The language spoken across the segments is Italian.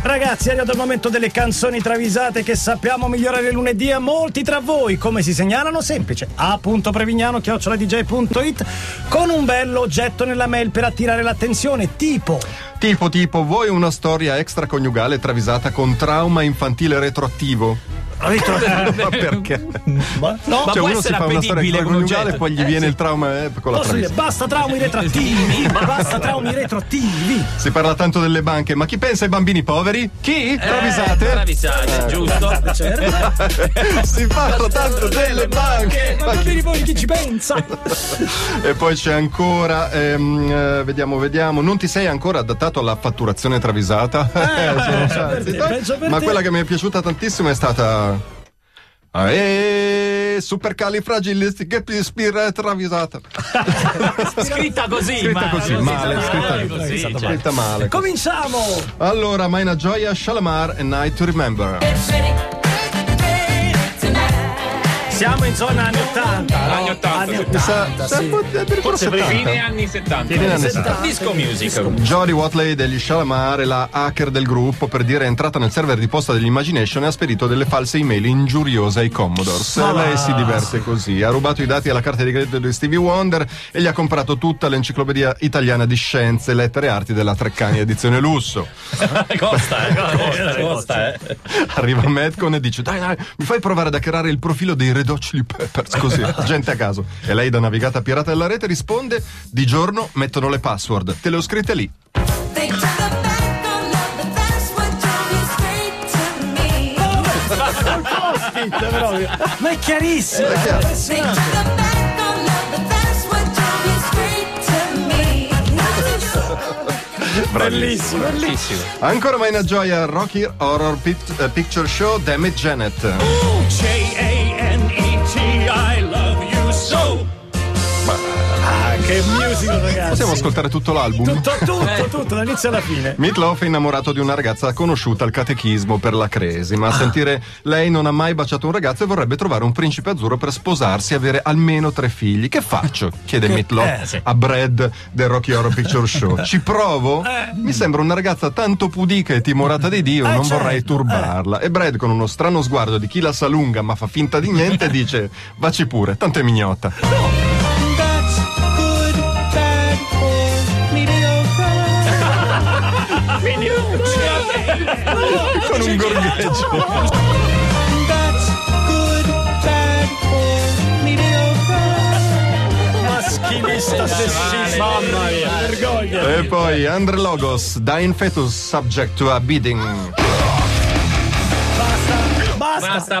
Ragazzi, è arrivato il momento delle canzoni travisate che sappiamo migliorare lunedì a molti tra voi. Come si segnalano? Semplice. a.prevignano.dj.it con un bello oggetto nella mail per attirare l'attenzione, tipo... Tipo, tipo, vuoi una storia extraconiugale travisata con trauma infantile retroattivo? Ma perché? Ma- No, Eh, Ma cioè, può uno si essere fa appetibile come una storia Eh, extraconiugale e oggetto. poi gli viene il trauma eh, con la posso dire, travisa. oh, basta traumi retroattivi, basta traumi retroattivi. Si parla tanto delle banche, ma chi pensa ai bambini poveri? Chi? Travisate? Eh, travisate, giusto? Cioè, Certo, si parla tanto delle banche! Ma bambini voi chi ci pensa? E poi c'è ancora, ehm, eh, vediamo, vediamo, non ti sei ancora adattato alla fatturazione travisata? Sono per te, Eh, penso santi. per Ma te. quella che mi è piaciuta tantissimo è stata... Ah, eh, supercalifragilisticexpialidocious travisata. Scritta così, Scritta ma- così, non si male, sa scritta mai così, certo. così, cioè. Scritta male. Cominciamo! Allora, Maina Gioia, Shalamar and Night to Remember. Siamo in zona anni 80. no? Anni 80, Anni sì. 80, sì. Forse per fine anni 70. Fine anni 70. Disco music. Jody Watley degli Shalamar è la hacker del gruppo per dire è entrata nel server di posta dell'Imagination e ha spedito delle false email ingiuriose ai Commodores. Lei si diverte così. Ha rubato i dati alla carta di credito di Stevie Wonder e gli ha comprato tutta l'enciclopedia italiana di scienze, lettere e arti della Treccani edizione lusso. costa, eh, costa, costa, eh. Arriva Metcon e dice dai dai mi fai provare ad hackerare il profilo dei Red Hot Chili Peppers così, gente a caso. E lei da navigata pirata della rete risponde di giorno mettono le password, te le ho scritte lì. Ma è chiarissimo! Bellissimo, bellissimo. Ancora mai una gioia Rocky Horror Pic- eh, Picture Show Damn It Janet. J-A-N-E-T, I love you so. Che music, ragazzi! Possiamo ascoltare tutto l'album? Tutto, tutto, tutto, dall'inizio alla fine. Meatloaf è innamorato di una ragazza conosciuta al catechismo per la cresi, Ah. ma a sentire lei non ha mai baciato un ragazzo e vorrebbe trovare un principe azzurro per sposarsi e avere almeno tre figli. Che faccio? chiede Meatloaf eh, sì. a Brad del Rocky Horror Picture Show. Ci provo? Eh. Mi sembra una ragazza tanto pudica e timorata di Dio, non certo, vorrei turbarla. E Brad con uno strano sguardo di chi la salunga ma fa finta di niente dice "Vaci pure, tanto è mignotta". Con un gorghegio. Maschilista sessista. Mamma mia, vergogna. E poi Andre Logos, Dying Fetus subject to a beating. Basta,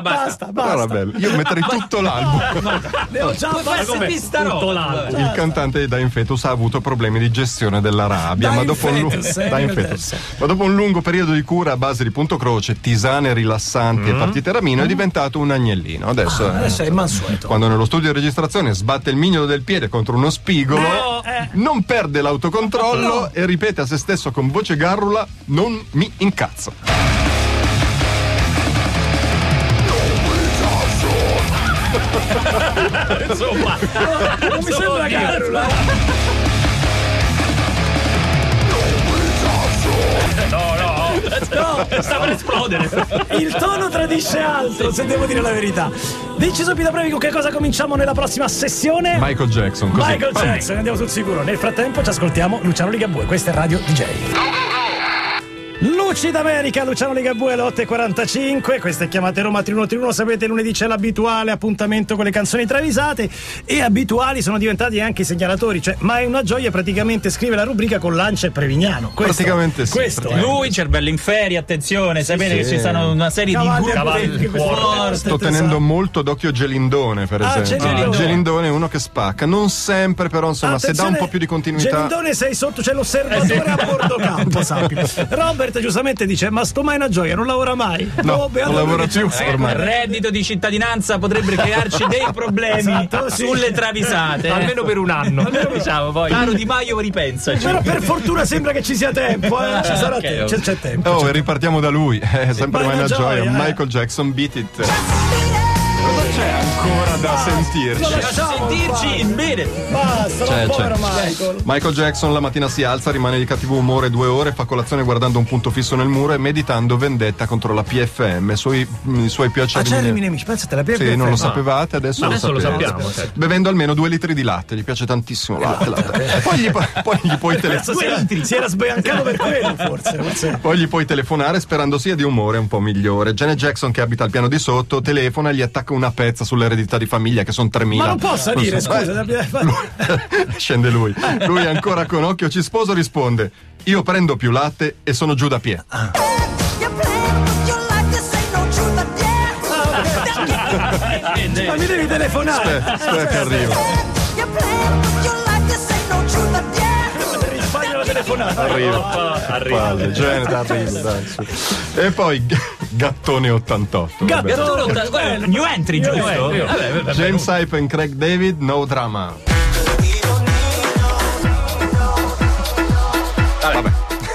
Basta, basta, basta. basta. Guarda, bello. Ah, Io metterei tutto l'album. Ne ho già fatto Com'è? vista Tutto roba. l'album. Il cantante di Dying Fetus ha avuto problemi di gestione della rabbia, ma Dying dopo, un lu- Fetus, eh, nel Dying Fetus. ma dopo un lungo periodo di cura a base di punto croce, tisane rilassanti e partiteramino, è diventato un agnellino. Adesso, eh, Mm. Ah, Adesso è mansueto. quando nello studio di registrazione sbatte il mignolo del piede contro uno spigolo, No, eh. non perde l'autocontrollo e ripete a se stesso con voce garrula: Non mi incazzo. Insomma, Non mi sembra carula. sta per esplodere. Il tono tradisce altro, se devo dire la verità. Dici subito, Previ, con che cosa cominciamo nella prossima sessione? Michael Jackson, così. Michael Jackson, andiamo sul sicuro. Nel frattempo ci ascoltiamo Luciano Ligabue, questa è Radio DJ. Luci d'America, Luciano Ligabue, alle 8.45, questa è Chiamate Roma 3131, sapete lunedì c'è l'abituale appuntamento con le canzoni travisate e abituali sono diventati anche i segnalatori, cioè ma è una gioia praticamente scrive la rubrica con Lancia e Prevignano. Questo, Praticamente sì, Questo eh. è. Lui, cervello in ferie, attenzione, sapete che sì. ci stanno una serie Cavalli di al gruppi cuore. forti. Sto tenendo molto d'occhio Gelindone, per esatto. Ah, esempio. Gelindone. Gelindone è uno che spacca, non sempre, però insomma, se dà un Attenzione, po' più di continuità. Gelindone sei sotto, c'è l'osservatore a bordo campo, sappi. Robert giustamente dice, ma sto mai una gioia, non lavora mai. No, Oh, beato non lavora lui che più ci- Ecco, il ormai. reddito di cittadinanza potrebbe crearci dei problemi Esatto, sì. sulle travisate. Almeno per un anno. diciamo poi. Caro Di Maio, ripensaci. Però per fortuna sembra che ci sia tempo, eh. ci sarà tempo, c'è, c'è tempo. Oh, e ripartiamo da lui. È Ma sempre è mai una una gioia, gioia. eh. Michael Jackson, beat it. c'è ancora da sentirci. sentirci in bene. Basta, C'è, ma c'è. povero Michael. Michael Jackson la mattina si alza, rimane di cattivo umore due ore, fa colazione guardando un punto fisso nel muro e meditando vendetta contro la PFM, suoi- mm, i suoi più Ah, c'è acciarimi. Rimini Amici, pensate, la PFM. Sì, non lo sapevate, adesso, lo, adesso lo sapete. sappiamo, certo. Bevendo almeno due litri di latte, gli piace tantissimo latte. latte. Poi, gli, poi gli puoi tele- Si era, si era sbiancato per quello, forse. forse. poi gli puoi telefonare sperando sia di umore un po' migliore. Janet Jackson, che abita al piano di sotto, telefona e gli attacca una pezza sull'eredità di famiglia, che sono 3.000. Ma non può salire, so- Eh, scusa. da- Scende lui. Lui ancora con occhio ci sposo risponde: Io prendo più latte e sono giù da pie. You're playing with your life, this ain't no truth, but yeah. Ma mi devi telefonare. Aspetta, aspetta Eh, che arriva. You're playing with your life, this ain't no truth, but yeah. Fagli la telefonata. Arriva. Palle, Janet arriva, dai, su. E poi G- Gattone 88. vabbè. Gattone. Guarda, new entry, giusto? Vabbè, vabbè. James Hype and Craig David, no drama.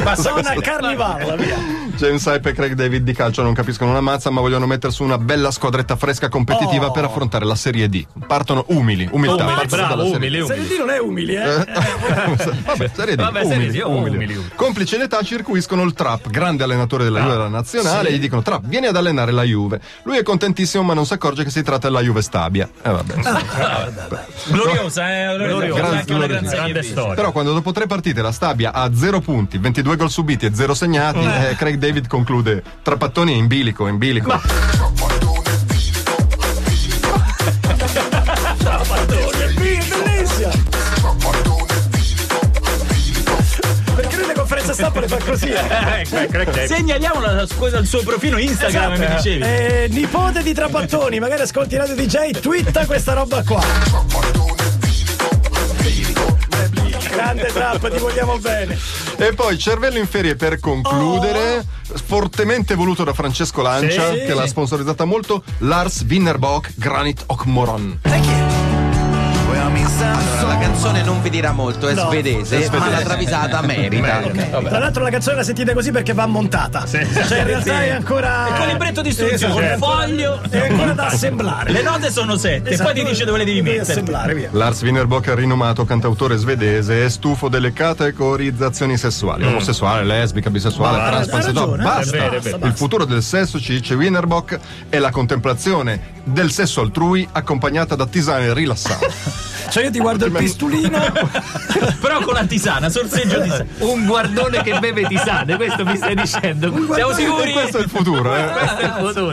Madonna Carnivalla, via. James Hype e Craig David di calcio non capiscono una mazza, ma vogliono mettere su una bella squadretta fresca competitiva per affrontare la Serie D. Partono umili, umiltà. Umili, partono bravo, dalla Serie D. Oh. umili, Se umili. il D non è umile, eh. Vabbè, serie D, Vabbè, serie umili, D, umili. umili, Ah, umili. Complice l'età circuiscono il Trapp, grande allenatore della Juve della nazionale, e gli dicono Trapp, vieni ad allenare la Juve. Lui è contentissimo ma non si accorge che si tratta della Juve Stabia. Eh, Ah, vabbè. Gloriosa, eh? Gloriosa. Gran- Anche una gran gloriosa. serie B. Però quando dopo tre partite la Stabia ha 0 punti, 22 gol subiti e 0 segnati, Ah. eh, Craig David conclude Trappattoni è in bilico, è in bilico. Indonesia! Perché lui le conferenze stampa le fa così? Eh? Segnaliamo la scusa al suo profilo Instagram, mi dicevi. Eh, nipote di Trapattoni, magari ascolti Radio DJ, twitta questa roba qua. Grande trap, ti vogliamo bene. E poi cervello in ferie per concludere, fortemente voluto da Francesco Lancia, Sì, sì, che l'ha sì. sponsorizzata molto, Lars Winnerbach Granit Okmoron. Allora, la canzone non vi dirà molto, è, No. svedese, ma la travisata merita. Tra l'altro la canzone la sentite così perché va montata. Cioè in realtà è ancora... Esatto. Con il libretto di istruzioni, con il foglio. È ancora da assemblare. Le note sono sette, poi ti dice dove le devi mettere. assemblare, via. Lars Winnerbach è rinomato cantautore svedese e stufo delle categorizzazioni sessuali, omosessuale, lesbica, bisessuale, Ma ha- ha transpansessuale. ragione, Basta. è vero, è vero. Il futuro del sesso, ci dice Winnerbach, è la contemplazione del sesso altrui accompagnata da tisane rilassanti. Cioè io ti guardo il pistolino. Però con la tisana, sorseggio tisana. Un guardone che beve tisane, questo mi stai dicendo. Siamo e sicuri? questo è il futuro, eh?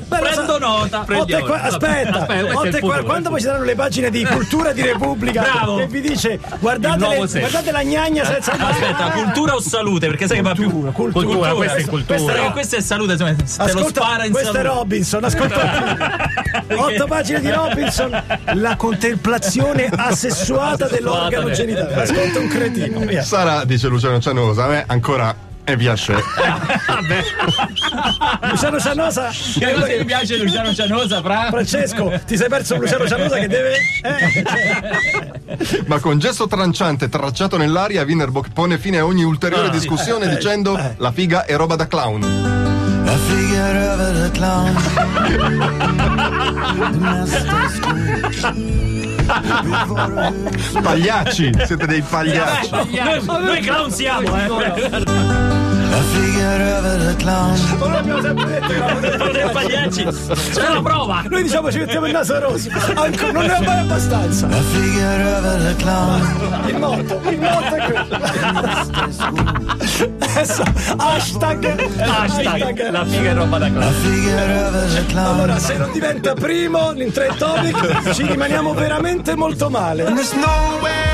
Prendo Otto nota. e Prendiamo. qua- aspetta, Aspetta, questo è Otto il e qua- punto, quando poi ci saranno le pagine di Cultura di Repubblica eh. Bravo. che vi dice guardate, Il nuovo le- sé. guardate la gnagna senza Aspetta, cultura o salute? Perché sai che va più. Cultura, eh. cultura, Cultura, questa è Questa, cultura. questa è salute, insomma, te lo spara Ascolta, in questo è salute. Robinson, ascolta Otto pagine di Robinson, la contemplazione asessuata dell'organo genitale. Ascolta un cretino, via. Sara, dice Luciano Cianosa, a me ancora e piace. Luciano Cianosa, Che cosa mi piace Luciano Cianosa, fra? Francesco, ti sei perso un Luciano Cianosa che deve... eh, Ma con gesto tranciante tracciato nell'aria, Winnerbach pone fine a ogni ulteriore discussione dicendo la figa è roba da clown. La figa är över ett land Nästa skog Vi var och Pagliacci, siete dei pagliacci. Noi, noi clown siamo, eh. La figa är över ett land non l'abbiamo sempre detto che eravamo dei Sono dei pagliacci. C'è la prova. Noi diciamo ci mettiamo il naso rosso. Ancora, non ne ho mai abbastanza. La figa är över ett land Il motto, il motto è quello. Adesso, hashtag, hashtag. La figa è roba da classe. La figa är över ett land Allora, se non diventa primo in tre topic, ci rimaniamo veramente molto male. There's nowhere